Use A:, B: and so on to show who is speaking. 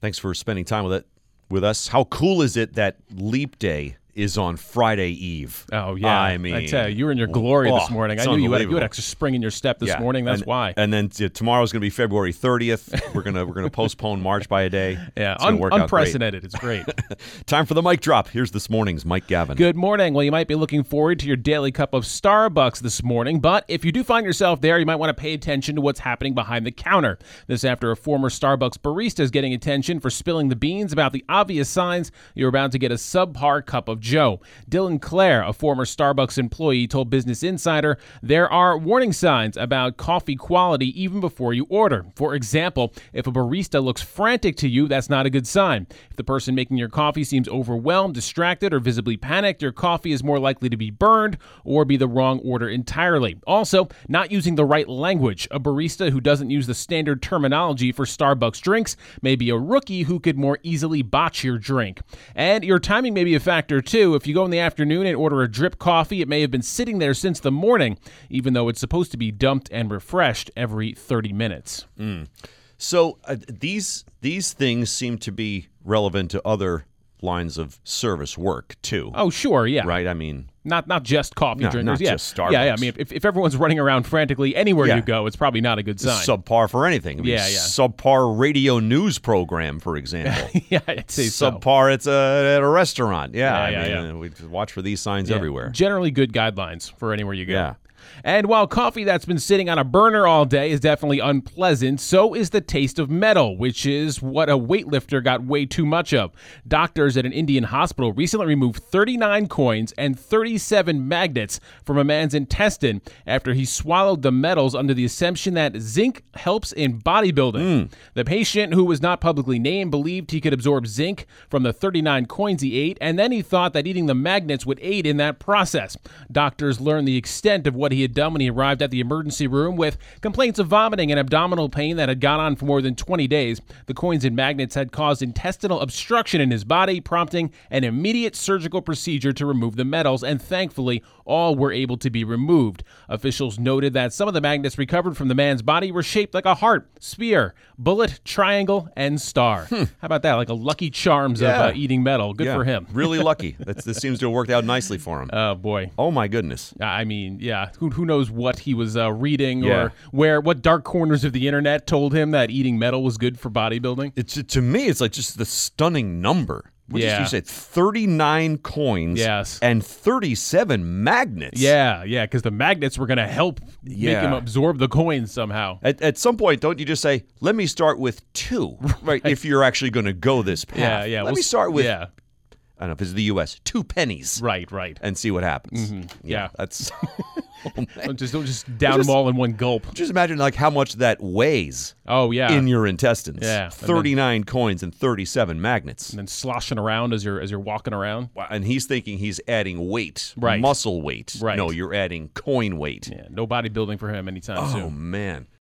A: Thanks for spending time with it with us. How cool is it that Leap Day is on Friday Eve?
B: Oh yeah,
A: I mean,
B: I tell you, you were in your glory
A: oh,
B: this morning. I
A: it's
B: knew you had, you
A: unbelievable.
B: had extra spring in your step this
A: Yeah.
B: morning. That's
A: and,
B: why.
A: And then t- tomorrow's going to be February 30th. We're gonna we're gonna postpone March by a day.
B: yeah,
A: it's gonna
B: un-
A: work out great.
B: unprecedented. It's great.
A: Time for the mic drop. Here's this morning's Mike Gavin.
B: Good morning. Well, you might be looking forward to your daily cup of Starbucks this morning, but if you do find yourself there, you might want to pay attention to what's happening behind the counter. This after a former Starbucks barista is getting attention for spilling the beans about the obvious signs you're about to get a subpar cup of Joe. Dylan Clare, a former Starbucks employee, told Business Insider there are warning signs about coffee quality even before you order. For example, if a barista looks frantic to you, that's not a good sign. If the person making your coffee seems overwhelmed, distracted, or visibly panicked, your coffee is more likely to be burned or be the wrong order entirely. Also, not using the right language. A barista who doesn't use the standard terminology for Starbucks drinks may be a rookie who could more easily botch your drink. And your timing may be a factor too. If you go in the afternoon and order a drip coffee, it may have been sitting there since the morning, even though it's supposed to be dumped and refreshed every 30 minutes.
A: So uh, these these things seem to be relevant to other lines of service work too.
B: Oh, sure, yeah.
A: Right? I mean,
B: Not not just coffee
A: No,
B: drinkers.
A: not
B: yeah.
A: just
B: Yeah, yeah. I
A: Starbucks.
B: mean, if, if everyone's running around frantically anywhere
A: Yeah.
B: you go, it's probably not a good sign.
A: subpar for anything. I mean,
B: Yeah, yeah.
A: Subpar radio news program, for example.
B: yeah, I'd say so.
A: subpar it's a, at a restaurant. Yeah,
B: Yeah,
A: I
B: yeah,
A: mean, uh, we just watch for these signs
B: Yeah.
A: everywhere.
B: Generally, good guidelines for anywhere you go.
A: Yeah.
B: And while coffee that's been sitting on a burner all day is definitely unpleasant, so is the taste of metal, which is what a weightlifter got way too much of. Doctors at an Indian hospital recently removed 39 coins and 37 magnets from a man's intestine after he swallowed the metals under the assumption that zinc helps in
A: Hmm.
B: bodybuilding. The patient, who was not publicly named, believed he could absorb zinc from the 39 coins he ate, and then he thought that eating the magnets would aid in that process. Doctors learned the extent of what he had done when he arrived at the emergency room with complaints of vomiting and abdominal pain that had gone on for more than 20 days. The coins and magnets had caused intestinal obstruction in his body, prompting an immediate surgical procedure to remove the metals, and thankfully, all were able to be removed. Officials noted that some of the magnets recovered from the man's body were shaped like a heart, spear, bullet, triangle, and star. How about that? Like a lucky charms
A: Hmm. Yeah.
B: of uh, eating metal. Good
A: Yeah,
B: for him.
A: really lucky. That's, this seems to have worked out nicely for him.
B: Oh, boy.
A: oh my goodness.
B: I mean, yeah. Who, who knows what he was uh, reading
A: Yeah.
B: or where, what dark corners of the internet told him that eating metal was good for bodybuilding?
A: It's to me, it's like just the stunning number. What did
B: Yeah.
A: you say? Thirty-nine coins.
B: Yes.
A: And thirty-seven magnets.
B: Yeah, yeah, because the magnets were going to help make him
A: Yeah.
B: absorb the coins somehow.
A: At, at some point, don't you just say, "Let me start with two, right? If you're actually going to go this path,
B: Yeah, yeah.
A: Let
B: we'll
A: me
B: s-
A: start with
B: Yeah,
A: I don't know if it's the U.S. two pennies,
B: right, right.
A: and see what happens.
B: Yeah.
A: that's
B: Don't just, don't just down
A: Just-
B: them all in one gulp.
A: just imagine like how much that weighs
B: Oh, yeah.
A: in your intestines.
B: Yeah, and then-
A: thirty-nine coins and thirty-seven magnets.
B: and then sloshing around as you're as you're walking around.
A: Wow, And he's thinking he's adding weight,
B: Right.
A: muscle weight.
B: Right.
A: No, you're adding coin weight.
B: Yeah, no bodybuilding for him anytime
A: Oh
B: soon.
A: man,